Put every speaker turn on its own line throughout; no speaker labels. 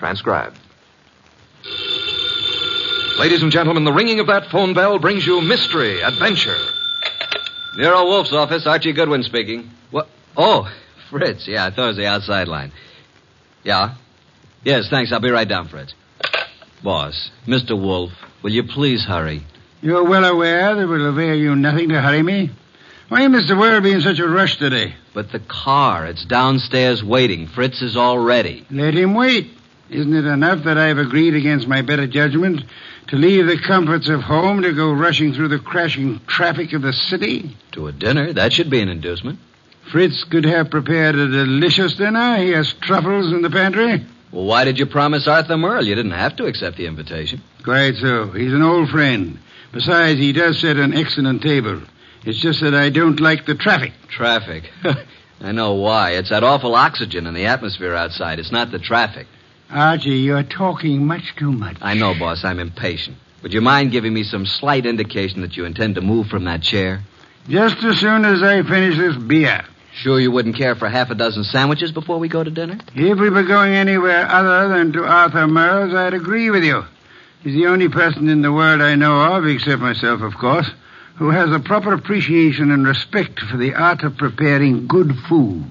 Transcribed. Ladies and gentlemen, the ringing of that phone bell brings you mystery, adventure.
Nero Wolf's office, Archie Goodwin speaking.
What? Oh, Fritz. Yeah, I thought it was the outside line. Yeah? Yes, thanks. I'll be right down, Fritz. Boss, Mr. Wolf, will you please hurry?
You're well aware that it will avail you nothing to hurry me. Why must the world be in such a rush today?
But the car, it's downstairs waiting. Fritz is all ready.
Let him wait. Isn't it enough that I've agreed against my better judgment to leave the comforts of home to go rushing through the crashing traffic of the city?
To a dinner, that should be an inducement.
Fritz could have prepared a delicious dinner. He has truffles in the pantry.
Well, why did you promise Arthur Merle? You didn't have to accept the invitation.
Quite so. He's an old friend. Besides, he does set an excellent table. It's just that I don't like the traffic.
Traffic? I know why. It's that awful oxygen in the atmosphere outside. It's not the traffic.
Archie, you're talking much too much.
I know, boss. I'm impatient. Would you mind giving me some slight indication that you intend to move from that chair?
Just as soon as I finish this beer.
Sure you wouldn't care for half a dozen sandwiches before we go to dinner?
If we were going anywhere other than to Arthur Merle's, I'd agree with you. He's the only person in the world I know of, except myself, of course, who has a proper appreciation and respect for the art of preparing good food.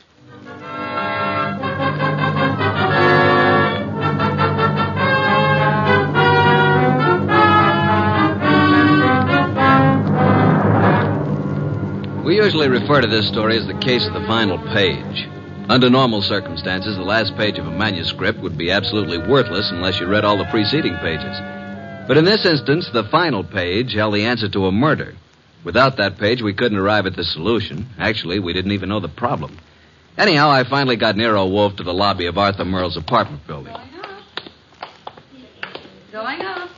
We usually refer to this story as the case of the final page. Under normal circumstances, the last page of a manuscript would be absolutely worthless unless you read all the preceding pages. But in this instance, the final page held the answer to a murder. Without that page, we couldn't arrive at the solution. Actually, we didn't even know the problem. Anyhow, I finally got Nero Wolfe to the lobby of Arthur Merle's apartment building.
Going up. Going up.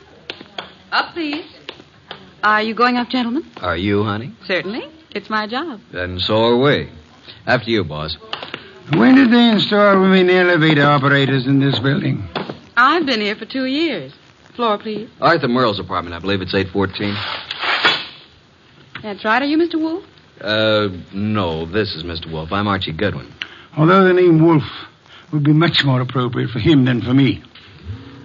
Up, please. Are you going up, gentlemen?
Are you, honey?
Certainly. It's my job.
Then so are we. After you, boss.
When did they install women elevator operators in this building?
I've been here for two years. Floor, please.
Arthur Merle's apartment, I believe it's 814.
That's right. Are you Mr. Wolf?
Uh, no, this is Mr. Wolfe. I'm Archie Goodwin.
Although the name Wolf would be much more appropriate for him than for me.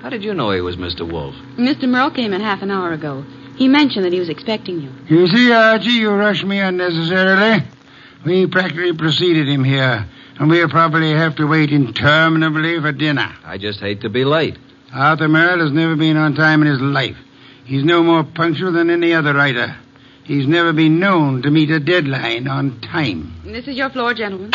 How did you know he was Mr. Wolfe?
Mr. Merle came in half an hour ago. He mentioned that he was expecting you.
You see, Archie, you rush me unnecessarily. We practically preceded him here, and we'll probably have to wait interminably for dinner.
I just hate to be late.
Arthur Merrill has never been on time in his life. He's no more punctual than any other writer. He's never been known to meet a deadline on time.
This is your floor, gentlemen.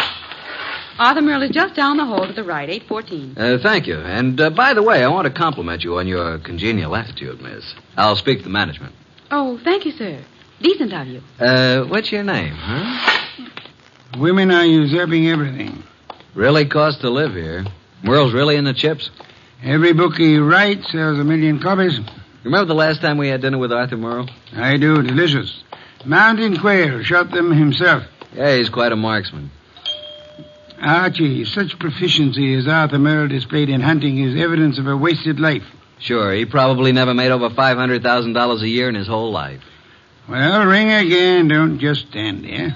Arthur Merle is just down the hall to the right, 814.
Uh, thank you. And uh, by the way, I want to compliment you on your congenial attitude, miss. I'll speak to the management.
Oh, thank you, sir. Decent of you.
Uh, what's your name, huh?
Women are usurping everything.
Really costs to live here. Merle's really in the chips.
Every book he writes sells a million copies.
Remember the last time we had dinner with Arthur Merle?
I do, delicious. Mountain Quail shot them himself.
Yeah, he's quite a marksman.
Archie, such proficiency as Arthur Merle displayed in hunting is evidence of a wasted life.
Sure, he probably never made over $500,000 a year in his whole life.
Well, ring again. Don't just stand there.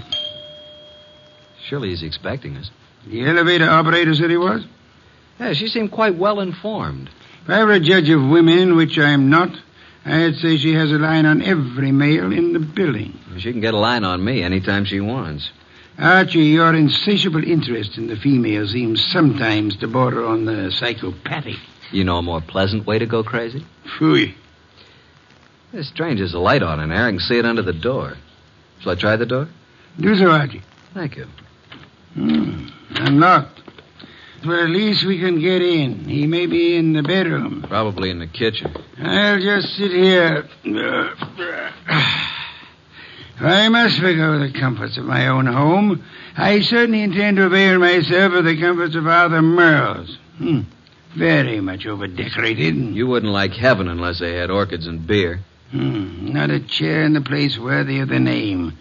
Surely he's expecting us.
The elevator operator said he was.
Yeah, she seemed quite well informed.
If I were a judge of women, which I'm not, I'd say she has a line on every male in the building.
She can get a line on me anytime she wants.
Archie, your insatiable interest in the female seems sometimes to border on the psychopathic.
You know a more pleasant way to go crazy?
Phooey.
It's strange there's a light on in there. I can see it under the door. Shall I try the door?
Do so, Archie.
Thank you.
Hmm. Unlocked. Well, at least we can get in. He may be in the bedroom.
Probably in the kitchen.
I'll just sit here. I must forego the comforts of my own home. I certainly intend to avail myself of the comforts of Arthur Merle's. Hmm. Very much overdecorated.
You wouldn't like heaven unless they had orchids and beer.
Hmm. Not a chair in the place worthy of the name.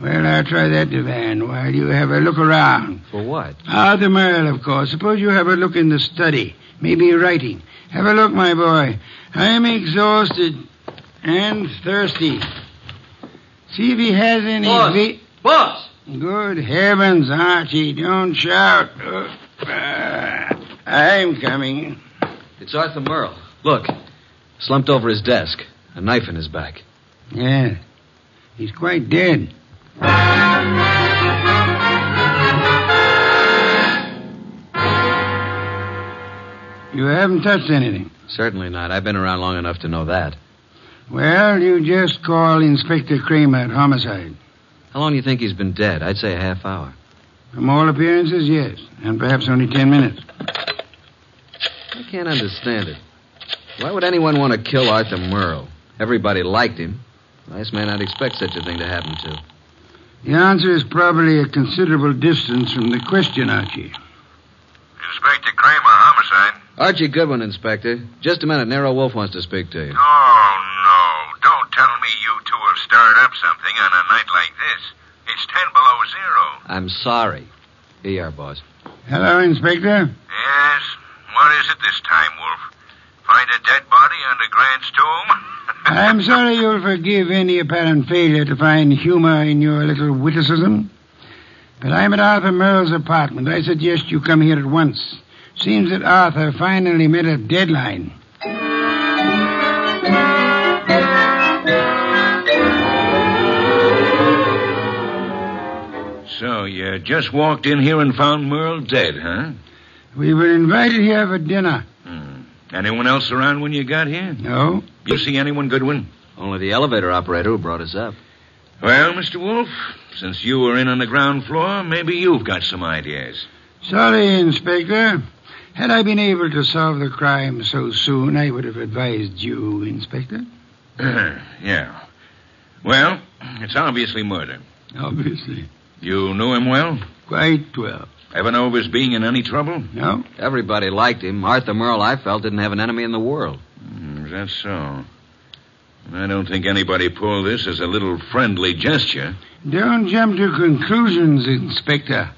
Well, I'll try that divan while you have a look around.
For what?
Arthur Merle, Ah, of course. Suppose you have a look in the study. Maybe writing. Have a look, my boy. I'm exhausted and thirsty. See if he has any.
Boss!
vi-
Boss!
Good heavens, Archie, don't shout. Uh, uh, I'm coming.
It's Arthur Merle. Look, slumped over his desk, a knife in his back.
Yeah. He's quite dead. You haven't touched anything.
Certainly not. I've been around long enough to know that.
Well, you just call Inspector Kramer at homicide.
How long do you think he's been dead? I'd say a half hour.
From all appearances, yes. And perhaps only ten minutes.
I can't understand it. Why would anyone want to kill Arthur Merle? Everybody liked him. Last man I'd expect such a thing to happen to.
The answer is probably a considerable distance from the question, Archie.
Inspector Kramer, homicide.
Archie Goodwin, Inspector. Just a minute. Nero Wolf wants to speak to you.
Oh, no. Don't tell me you two have started up something on a night like this. It's ten below zero.
I'm sorry. Here you are, boss.
Hello, Inspector.
Yes? What is it this time, Wolf? Find a dead body under Grant's tomb?
I'm sorry you'll forgive any apparent failure to find humor in your little witticism. But I'm at Arthur Merle's apartment. I suggest you come here at once. Seems that Arthur finally met a deadline.
So, you just walked in here and found Merle dead, huh?
We were invited here for dinner.
Hmm. Anyone else around when you got here?
No?
You see anyone, Goodwin?
Only the elevator operator who brought us up.
Well, Mr. Wolf, since you were in on the ground floor, maybe you've got some ideas.
Sorry, Inspector. Had I been able to solve the crime so soon, I would have advised you, Inspector.
yeah. Well, it's obviously murder.
Obviously.
You knew him well?
Quite well.
Ever know of his being in any trouble?
No?
Everybody liked him. Arthur Merle, I felt, didn't have an enemy in the world.
Hmm, is that so? I don't think anybody pulled this as a little friendly gesture.
Don't jump to conclusions, Inspector.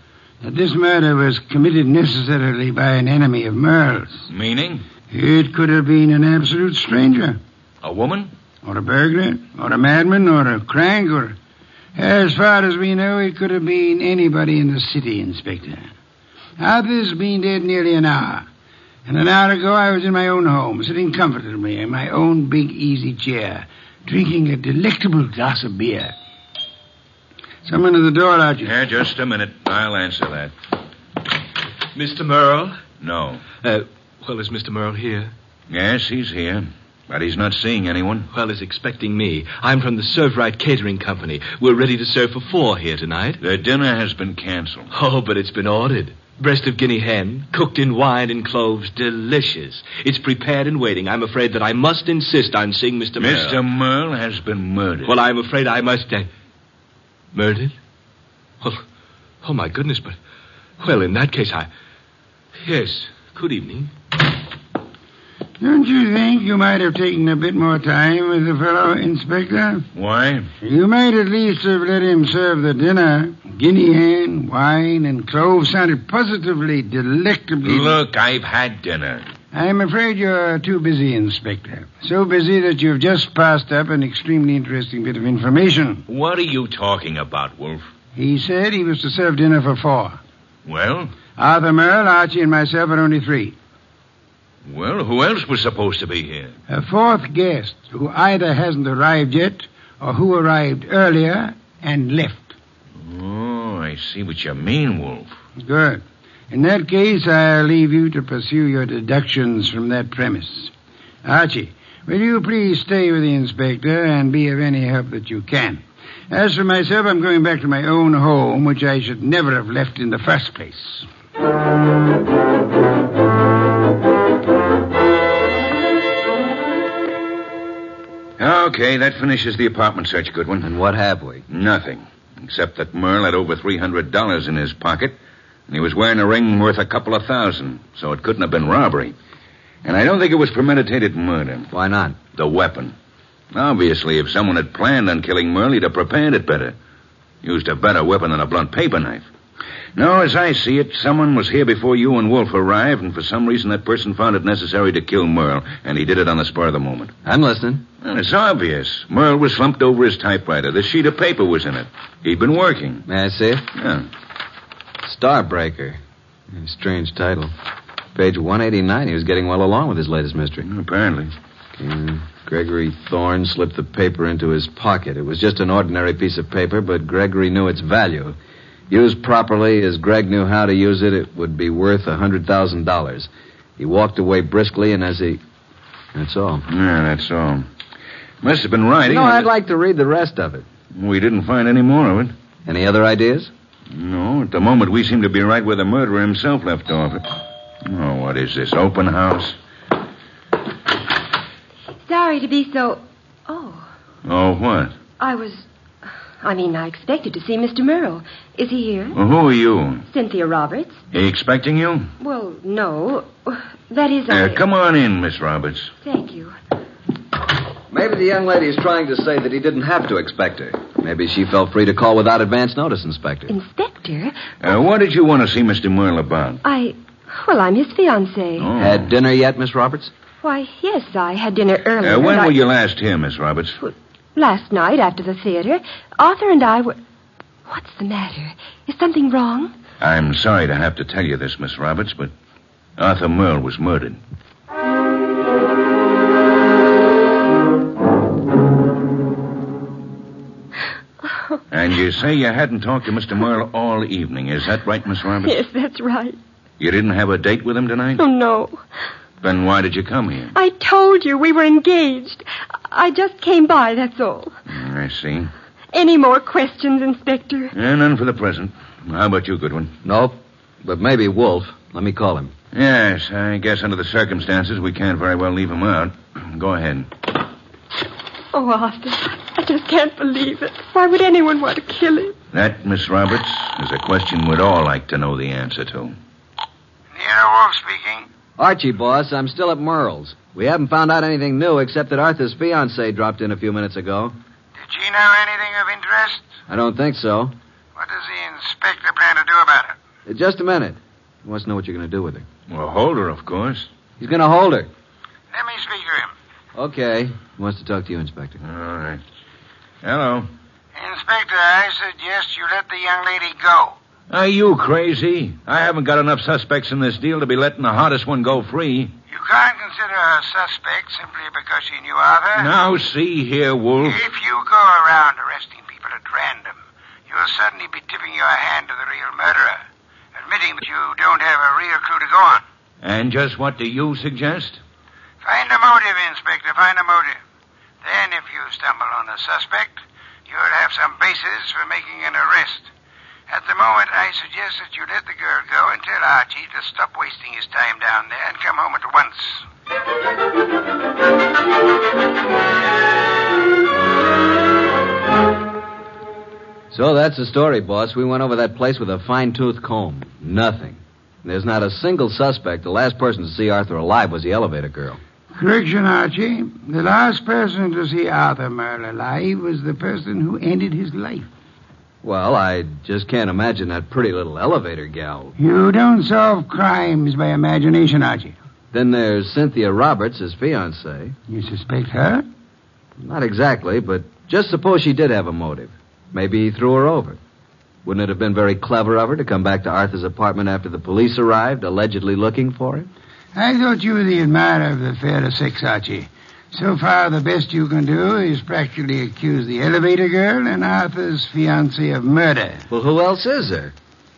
That this murder was committed necessarily by an enemy of Merle's.
Meaning?
It could have been an absolute stranger,
A woman?
or a burglar, or a madman, or a crank, or. As far as we know, it could have been anybody in the city, Inspector. Arthur's been dead nearly an hour. And an hour ago, I was in my own home, sitting comfortably in my own big easy chair, drinking a delectable glass of beer. Someone at the door, Archie.
Yeah, just a minute. I'll answer that.
Mr. Merle?
No.
Uh, Well, is Mr. Merle here?
Yes, he's here. But he's not seeing anyone.
Well, is expecting me. I'm from the Serve Right Catering Company. We're ready to serve for four here tonight.
The dinner has been canceled.
Oh, but it's been ordered. Breast of guinea hen, cooked in wine and cloves, delicious. It's prepared and waiting. I'm afraid that I must insist on seeing Mr. Merle.
Mr. Merle has been murdered.
Well, I'm afraid I must. Uh, murdered? Well, oh my goodness, but. Well, in that case, I. Yes, good evening.
Don't you think you might have taken a bit more time with the fellow, Inspector?
Why?
You might at least have let him serve the dinner. Guinea hen, wine, and cloves sounded positively delectably.
Look, I've had dinner.
I'm afraid you're too busy, Inspector. So busy that you've just passed up an extremely interesting bit of information.
What are you talking about, Wolf?
He said he was to serve dinner for four.
Well,
Arthur Merle, Archie, and myself are only three.
well, who else was supposed to be here?
A fourth guest who either hasn't arrived yet or who arrived earlier and left.
Oh, I see what you mean, Wolf.
Good. In that case, I'll leave you to pursue your deductions from that premise. Archie, will you please stay with the inspector and be of any help that you can? As for myself, I'm going back to my own home, which I should never have left in the first place.
Okay, that finishes the apartment search, Goodwin.
And what have we?
Nothing, except that Merle had over $300 in his pocket and he was wearing a ring worth a couple of thousand, so it couldn't have been robbery. And I don't think it was premeditated murder,
Why not?
the weapon. Obviously, if someone had planned on killing Merle, he'd have prepared it better. Used a better weapon than a blunt paper knife. No, as I see it, someone was here before you and Wolf arrived, and for some reason that person found it necessary to kill Merle, and he did it on the spur of the moment.
I'm listening.
Well, it's obvious. Merle was slumped over his typewriter. The sheet of paper was in it. He'd been working.
May I see it?
Yeah.
Starbreaker. Strange title. Page 189, he was getting well along with his latest mystery.
Apparently.
Mm, Gregory Thorne slipped the paper into his pocket. It was just an ordinary piece of paper, but Gregory knew its value. Used properly, as Greg knew how to use it, it would be worth a $100,000. He walked away briskly, and as he. That's all.
Yeah, that's all. Must have been writing.
No,
and
I'd like to read the rest of it.
We didn't find any more of it.
Any other ideas?
No, at the moment we seem to be right where the murderer himself left off. Oh, what is this? Open house?
Sorry to be so. Oh,
Oh, what?
I was. I mean, I expected to see Mr. Merle. Is he here?
Well, who are you?
Cynthia Roberts?
He expecting you?
Well, no. That is.
Uh,
I...
come on in, Miss Roberts.
Thank you.
Maybe the young lady is trying to say that he didn't have to expect her. Maybe she felt free to call without advance notice, Inspector.
Inspector,
Uh, what did you want to see Mr. Merle about?
I. Well, I'm his fiancée.
Oh.
Had dinner yet, Miss Roberts?
Why, yes, I had dinner earlier.
Uh, when
and I-
were you last here, Miss Roberts?
Last night after the theater, Arthur and I were. What's the matter? Is something wrong?
I'm sorry to have to tell you this, Miss Roberts, but Arthur Merle was murdered. And you say you hadn't talked to Mr. Merle all evening. Is that right, Miss Roberts?
Yes, that's right.
You didn't have a date with him tonight?
Oh, no.
Then why did you come here?
I told you we were engaged. I just came by, that's all.
Hmm, I see.
Any more questions, Inspector?
Eh, none for the present. How about you, Goodwin?
Nope. But maybe Wolf. Let me call him.
Yes, I guess under the circumstances, we can't very well leave him out. Go ahead.
Oh, Arthur, I just can't believe it. Why would anyone want to kill him?
That, Miss Roberts, is a question we'd all like to know the answer to. Yeah, Wolf speaking.
Archie, boss, I'm still at Merle's. We haven't found out anything new except that Arthur's fiancee dropped in a few minutes ago.
Did she know anything of interest?
I don't think so.
What does the inspector plan to do about it?
Uh, Just a minute. He wants to know what you're going to do with her.
Well, hold her, of course.
He's going to hold her.
Let me speak to him.
Okay. He wants to talk to you, Inspector.
All right. Hello.
Inspector, I suggest you let the young lady go.
Are you crazy? I haven't got enough suspects in this deal to be letting the hottest one go free.
You can't consider her a suspect simply because she knew Arthur.
Now, see here, Wolf.
If you go around arresting people at random, you'll suddenly be tipping your hand to the real murderer, admitting that you don't have a real clue to go on.
And just what do you suggest?
Find a motive, Inspector. Find a motive. Then, if you stumble on a suspect, you'll have some basis for making an arrest. At the moment, I suggest that you let the girl go and tell Archie to stop wasting his time down there and come home at once.
So that's the story, boss. We went over that place with a fine tooth comb. Nothing. There's not a single suspect. The last person to see Arthur alive was the elevator girl.
Correction, Archie. The last person to see Arthur Merle alive was the person who ended his life.
Well, I just can't imagine that pretty little elevator gal.
You don't solve crimes by imagination, Archie.
Then there's Cynthia Roberts, his fiancee.
You suspect her?
Not exactly, but just suppose she did have a motive. Maybe he threw her over. Wouldn't it have been very clever of her to come back to Arthur's apartment after the police arrived, allegedly looking for him?
I thought you were the admirer of the fairer sex, Archie. So far, the best you can do is practically accuse the elevator girl and Arthur's fiancee of murder.
Well, who else is there?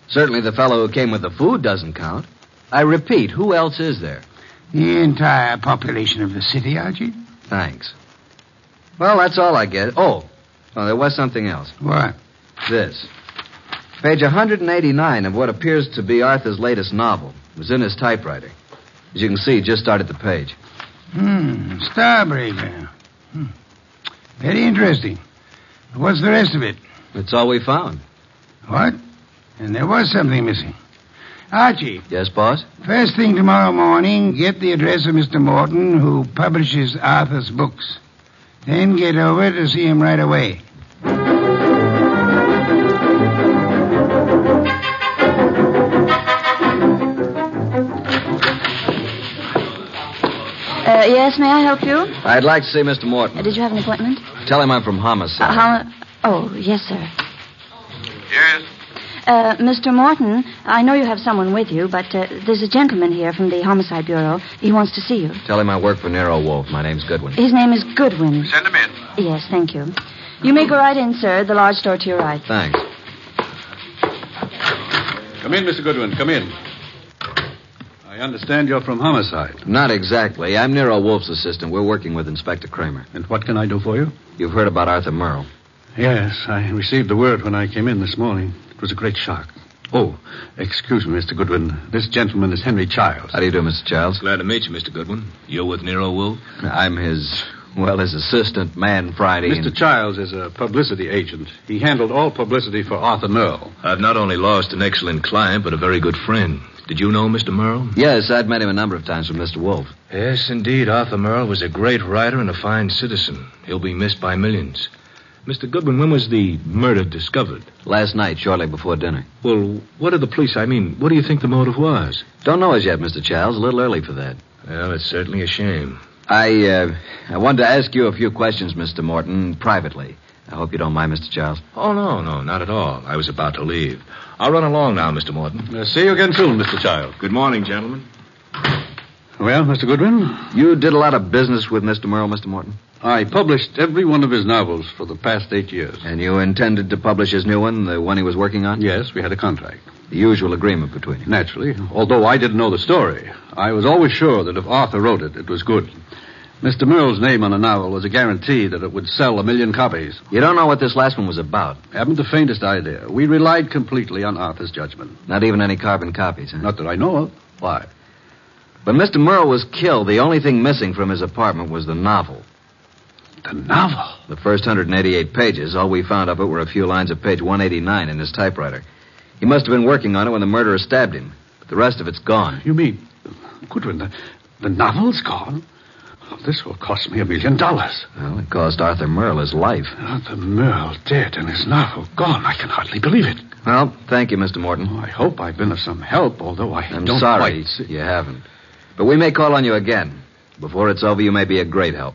Certainly the fellow who came with the food doesn't count. I repeat, who else is there?
The entire population of the city, Archie.
Thanks. Well, that's all I get. Oh, well, there was something else.
What?
This. Page 189 of what appears to be Arthur's latest novel It was in his typewriter. As you can see, it just started the page.
Hmm, Starbreaker. Hmm. Very interesting. What's the rest of it?
That's all we found.
What? And there was something missing. Archie,
Yes, boss?
first thing tomorrow morning, get the address of Mr. Morton, who publishes Arthur's books. Then get over to see him right away.
Uh, yes, may I help you? Uh,
I'd like to see Mr. Morton.
did you have an appointment?
Tell him I'm from homicide.
Uh, how? Oh, yes, sir.
Yes?
Uh, Mr. Morton, I know you have someone with you, but uh, there's a gentleman here from the Homicide Bureau. He wants to see you.
Tell him I work for Nero Wolf. My name's Goodwin.
His name is Goodwin.
Send him in.
Yes, thank you. You may go right in, sir. The large door to your right.
Thanks.
Come in, Mr. Goodwin. Come in. I understand you're from homicide.
Not exactly. I'm Nero Wolf's assistant. We're working with Inspector Kramer.
And what can I do for you?
You've heard about Arthur Merle.
Yes, I received the word when I came in this morning. It was a great shock. Oh, excuse me, Mr. Goodwin. This gentleman is Henry Childs.
How do you do, Mr. Childs?
Glad to meet you, Mr. Goodwin. You're with Nero Wolf?
I'm his, well, his assistant, Man Friday. and-
Mr. Childs is a publicity agent. He handled all publicity for Arthur Merle.
I've not only lost an excellent client, but a very good friend. Did you know Mr. Merle?
Yes, I'd met him a number of times with Mr. Wolf.
Yes, indeed. Arthur Merle was a great writer and a fine citizen. He'll be missed by millions. Mr. Goodwin, when was the murder discovered?
Last night, shortly before dinner.
Well, what are the police? I mean, what do you think the motive was?
Don't know as yet, Mr. Childs. A little early for that.
Well, it's certainly a shame.
I, uh, I wanted to ask you a few questions, Mr. Morton, privately. I hope you don't mind, Mr. Childs.
Oh, no, no, not at all. I was about to leave. I'll run along now, Mr. Morton.
Uh, see you again soon, Mr. Childs.
Good morning, gentlemen.
Well, Mr. Goodwin,
You did a lot of business with Mr. Merle, Mr. Morton,
I published every one of his novels for the past eight years.
and you intended to publish his new one, the one he was working on?
Yes, we had a contract.
The usual agreement between you.
Naturally, although I didn't know the story, I was always sure that if Arthur wrote it, it was good. Mr. Merle's name on a novel was a guarantee that it would sell a million copies.
You don't know what this last one was about.
Haven't the faintest idea. We relied completely on Arthur's judgment.
Not even any carbon copies, huh?
Not that I know of. Why?
When Mr. Merle was killed, the only thing missing from his apartment was the novel.
The novel.
The first 188 pages, all we found of it were a few lines of page 189 in his typewriter. He must have been working on it when the murderer stabbed him. But the rest of it's gone.
You mean, Goodwin, the, the novel's gone? Oh, this will cost me a million dollars.
Well, it cost Arthur Merle his life.
Arthur Merle dead and his novel gone. I can hardly believe it.
Well, thank you, Mr. Morton.
Oh, I hope I've been of some help, although I
I'm
don't
sorry
quite see-
you haven't. But we may call on you again. Before it's over, you may be a great help.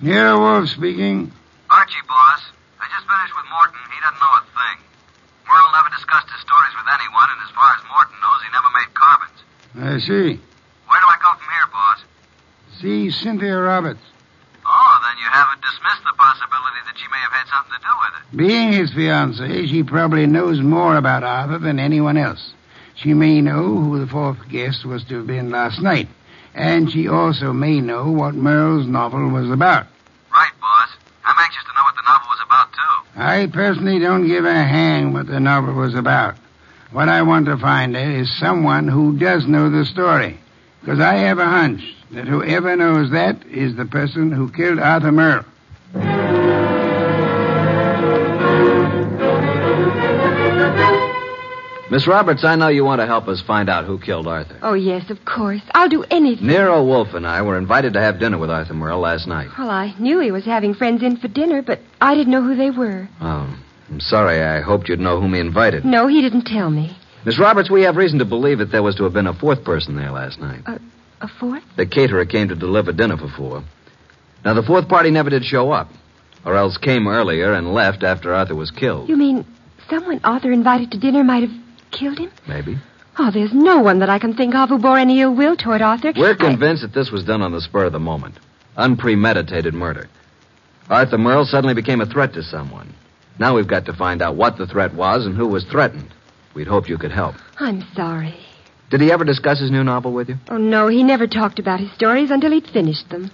Nero Wolf speaking.
Archie, boss. I just finished with Morton. He doesn't know a thing. Merle never discussed his stories with anyone, and as far as Morton knows, he never made carbons.
I see.
Where do I go from here, boss?
See Cynthia Roberts.
Oh, then you haven't dismissed the possibility that she may have had something to do with it.
Being his fiancée, she probably knows more about Arthur than anyone else. She may know who the fourth guest was to have been last night, and she also may know what Merle's novel was about.
Right, boss. I'm anxious to know what the novel was about, too.
I personally don't give a hang what the novel was about. What I want to find out is someone who does know the story, because I have a hunch that whoever knows that is the person who killed Arthur Merle.
Miss Roberts, I know you want to help us find out who killed Arthur.
Oh, yes, of course. I'll do anything.
Nero Wolf and I were invited to have dinner with Arthur Merle last night.
Well, I knew he was having friends in for dinner, but I didn't know who they were.
Oh, I'm sorry. I hoped you'd know whom he invited.
No, he didn't tell me.
Miss Roberts, we have reason to believe that there was to have been a fourth person there last night.
A fourth?
The caterer came to deliver dinner for four. Now, the fourth party never did show up, or else came earlier and left after Arthur was killed.
You mean someone Arthur invited to dinner might have killed him?
Maybe.
Oh, there's no one that I can think of who bore any ill will toward Arthur.
We're
I-
convinced that this was done on the spur of the moment. Unpremeditated murder. Arthur Merle suddenly became a threat to someone. Now we've got to find out what the threat was and who was threatened. We'd hoped you could help.
I'm sorry.
Did he ever discuss his new novel with you?
Oh, no, he never talked about his stories until he'd finished them.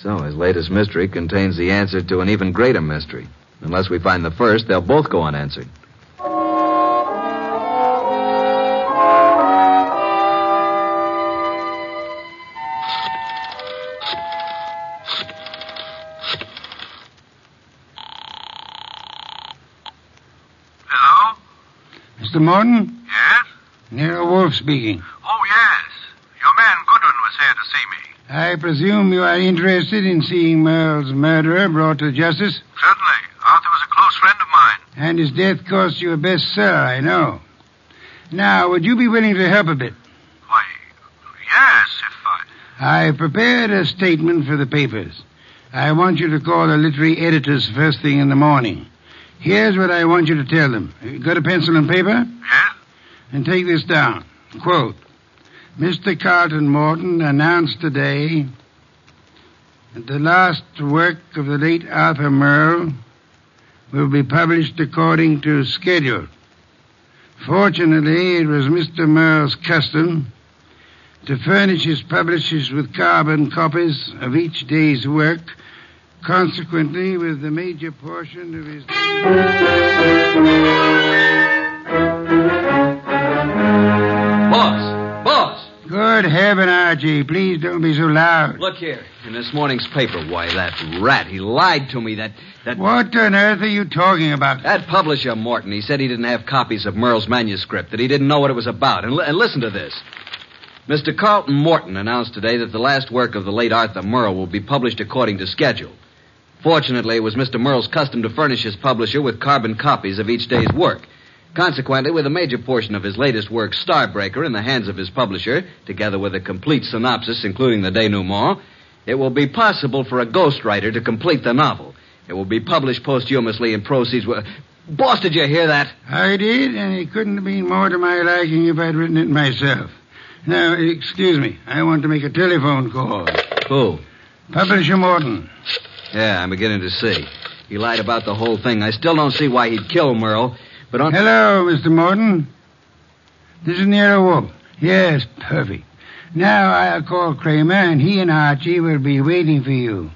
So, his latest mystery contains the answer to an even greater mystery. Unless we find the first, they'll both go unanswered.
Mr. Morton?
Yes?
Nero Wolf speaking.
Oh, yes. Your man Goodwin was here to see me.
I presume you are interested in seeing Merle's murderer brought to justice?
Certainly. Arthur was a close friend of mine.
And his death cost you a best sir, I know. Now, would you be willing to help a bit?
Why, yes, if I...
I prepared a statement for the papers. I want you to call the literary editors first thing in the morning. Here's what I want you to tell them. You Got a pencil and paper? Yeah. And take this down. Quote, Mr. Carlton Morton announced today that the last work of the late Arthur Merle will be published according to schedule. Fortunately, it was Mr. Merle's custom to furnish his publishers with carbon copies of each day's work, consequently, with the major portion of his.
Boss! Boss!
Good heaven, Archie, please don't be so loud.
Look here. In this morning's paper, why, that rat, he lied to me. That, that.
What on earth are you talking about?
That publisher, Morton, he said he didn't have copies of Merle's manuscript, that he didn't know what it was about. And, li- and listen to this. Mr. Carlton Morton announced today that the last work of the late Arthur Merle will be published according to schedule. Fortunately, it was Mr. Merle's custom to furnish his publisher with carbon copies of each day's work. Consequently, with a major portion of his latest work, Starbreaker, in the hands of his publisher, together with a complete synopsis, including the denouement, it will be possible for a ghostwriter to complete the novel. It will be published posthumously and proceeds with. Boss, did you hear that?
I did, and it couldn't have been more to my liking if I'd written it myself. Now, excuse me, I want to make a telephone call.
Who?
Publisher Morton.
Yeah, I'm beginning to see. He lied about the whole thing. I still don't see why he'd kill Merle, but on.
Hello, Mr. Morton. This is Nero Wolf. Yes, perfect. Now I'll call Kramer, and he and Archie will be waiting for you.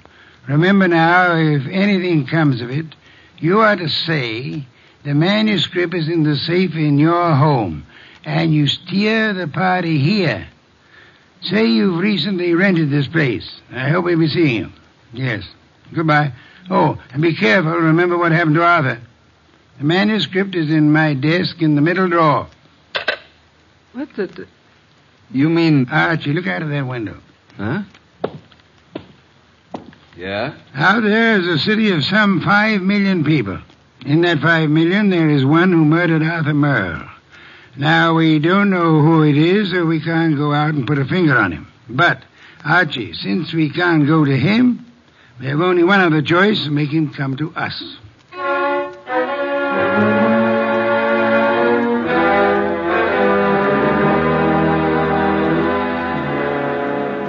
Remember now, if anything comes of it, you are to say the manuscript is in the safe in your home, and you steer the party here. Say you've recently rented this place. I hope we'll be seeing you. Yes. Goodbye. Oh, and be careful. Remember what happened to Arthur. The manuscript is in my desk in the middle drawer.
What the. You mean.
Archie, look out of that window.
Huh? Yeah?
Out there is a city of some five million people. In that five million, there is one who murdered Arthur Merle. Now, we don't know who it is, so we can't go out and put a finger on him. But, Archie, since we can't go to him, we have only one other choice make him come to us.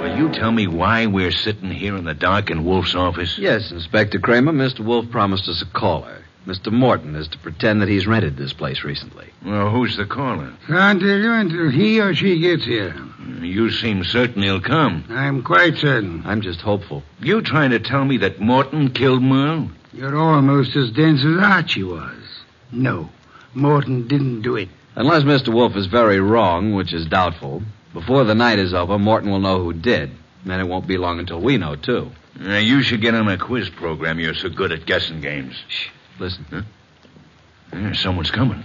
Will you tell me why we're sitting here in the dark in Wolf's office?
Yes, Inspector Kramer, Mr. Wolf promised us a caller. Mr. Morton is to pretend that he's rented this place recently.
Well, who's the caller?
Can't tell you until he or she gets here.
You seem certain he'll come.
I'm quite certain.
I'm just hopeful.
You trying to tell me that Morton killed Merle?
You're almost as dense as Archie was. No, Morton didn't do it.
Unless Mr. Wolf is very wrong, which is doubtful, before the night is over, Morton will know who did. And then it won't be long until we know, too.
Uh, you should get on a quiz program. You're so good at guessing games.
Listen.
Yeah, someone's coming.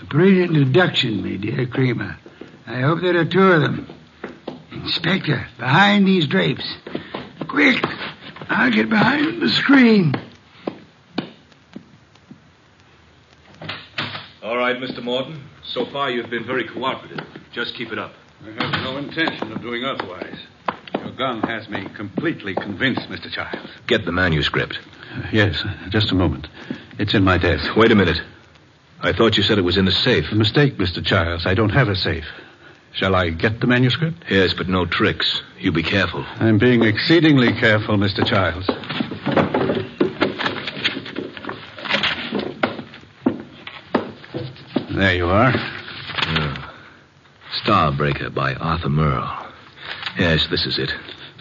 A brilliant deduction, my dear Creamer. I hope there are two of them. Inspector, behind these drapes. Quick! I'll get behind the screen.
All right, Mr. Morton. So far, you've been very cooperative. Just keep it up.
I have no intention of doing otherwise. Your gun has me completely convinced, Mr. Childs.
Get the manuscript.
Yes, just a moment. It's in my desk.
Wait a minute. I thought you said it was in the safe.
A mistake, Mr. Childs. I don't have a safe. Shall I get the manuscript?
Yes, but no tricks. You be careful.
I'm being exceedingly careful, Mr. Childs. There you are.
Starbreaker by Arthur Merle. Yes, this is it.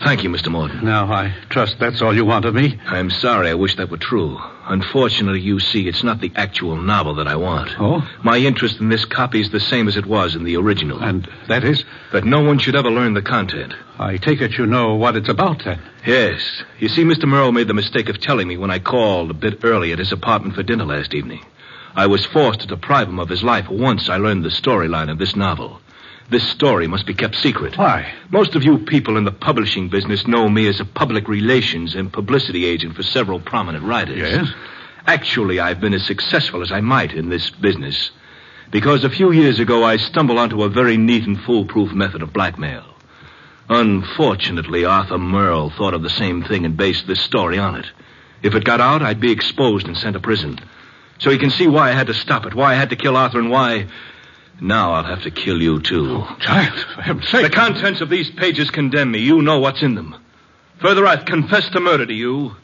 Thank you, Mr. Morton.
Now, I trust that's all you want of me.
I'm sorry. I wish that were true. Unfortunately, you see, it's not the actual novel that I want.
Oh?
My interest in this copy is the same as it was in the original.
And that is,
That no one should ever learn the content.
I take it you know what it's about, then.
Yes. You see, Mr. Merle made the mistake of telling me when I called a bit early at his apartment for dinner last evening. I was forced to deprive him of his life once I learned the storyline of this novel. This story must be kept secret.
Oh,
Why? Most of you people in the publishing business know me as a public relations and publicity agent for several prominent writers. Yes? Actually, I've been as successful as I might in this business because a few years ago I stumbled onto a very neat and foolproof method of blackmail. Unfortunately, Arthur Merle thought of the same thing and based this story on it. If it got out, I'd be exposed and sent to prison. So you can see why I had to stop it, why I had to kill Arthur, and why. Now I'll have to kill you, too. child, for heaven's sake. The contents of these pages condemn me. You know what's in them. Further, I've confessed to murder to you.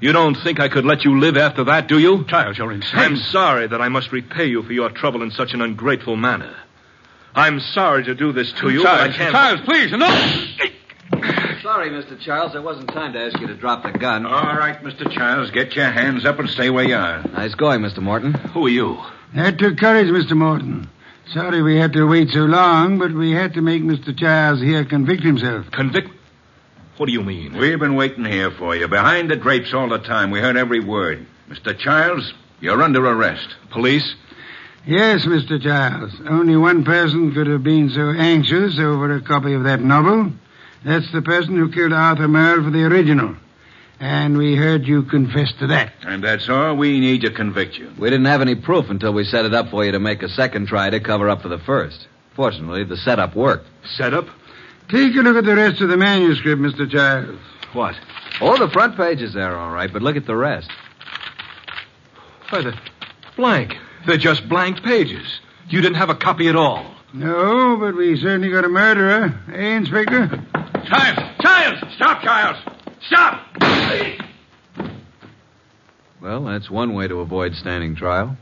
You don't think I could let you live after that, do you? Child, you're insane. I'm sorry that I must repay you for your trouble in such an ungrateful manner. I'm sorry to do this to you, but I can't.
please, enough!
Sorry, Mr. Charles, there wasn't time to ask you to drop the gun.
All right, Mr. Charles, get your hands up and stay where you are.
Nice going, Mr. Morton.
Who are you?
That took courage, Mr. Morton. Sorry we had to wait so long, but we had to make Mr. Charles here convict himself.
Convict? What do you mean?
We've been waiting here for you, behind the drapes all the time. We heard every word. Mr. Charles, you're under arrest.
Police?
Yes, Mr. Charles. Only one person could have been so anxious over a copy of that novel. That's the person who killed Arthur Merle for the original. And we heard you confess to that.
And that's all we need to convict you.
We didn't have any proof until we set it up for you to make a second try to cover up for the first. Fortunately, the setup worked.
Setup?
Take a look at the rest of the manuscript, Mr. Charles.
What?
Oh, the front page is there, all right, but look at the rest.
Why, they're blank. They're just blank pages. You didn't have a copy at all.
No, but we certainly got a murderer. Eh, Inspector?
Charles! Charles! Stop, Charles! Stop!
Well, that's one way to avoid standing trial.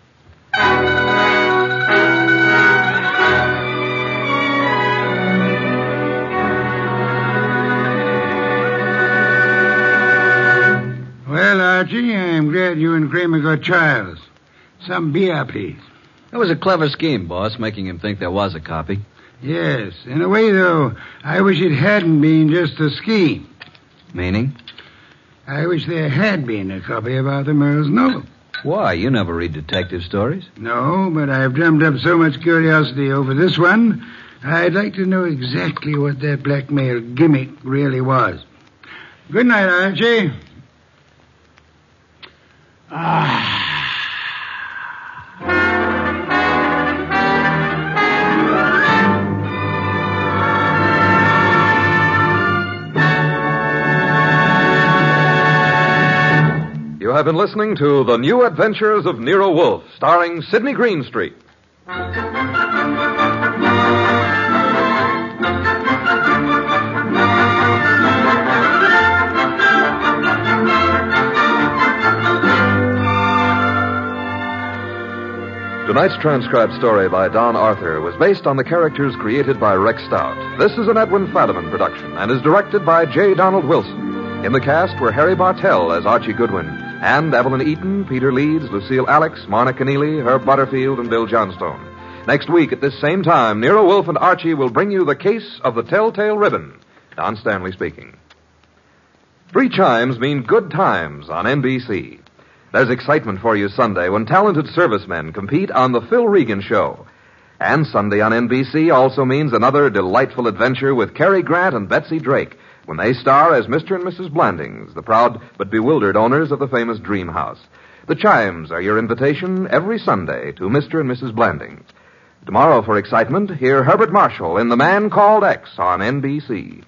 Well, Archie, I'm glad you and Kramer got Charles. Some beer, please.
It was a clever scheme, boss, making him think there was a copy.
Yes. In a way, though, I wish it hadn't been just a scheme.
Meaning?
I wish there had been a copy of Arthur Merle's novel.
Why? You never read detective stories.
No, but I've drummed up so much curiosity over this one, I'd like to know exactly what that blackmail gimmick really was. Good night, Archie.
You have been listening to The New Adventures of Nero Wolfe, starring Sidney Greenstreet. Tonight's transcribed story by Don Arthur was based on the characters created by Rex Stout. This is an Edwin Fadiman production and is directed by J. Donald Wilson. In the cast were Harry Bartell as Archie Goodwin and Evelyn Eaton, Peter Leeds, Lucille Alex, Marna Keneally, Herb Butterfield, and Bill Johnstone. Next week at this same time, Nero Wolfe and Archie will bring you the case of the Telltale Ribbon. Don Stanley speaking. Three chimes mean good times on NBC. There's excitement for you Sunday when talented servicemen compete on The Phil Regan Show. And Sunday on NBC also means another delightful adventure with Cary Grant and Betsy Drake when they star as Mr. and Mrs. Blandings, the proud but bewildered owners of the famous Dream House. The chimes are your invitation every Sunday to Mr. and Mrs. Blandings. Tomorrow for excitement, hear Herbert Marshall in The Man Called X on NBC.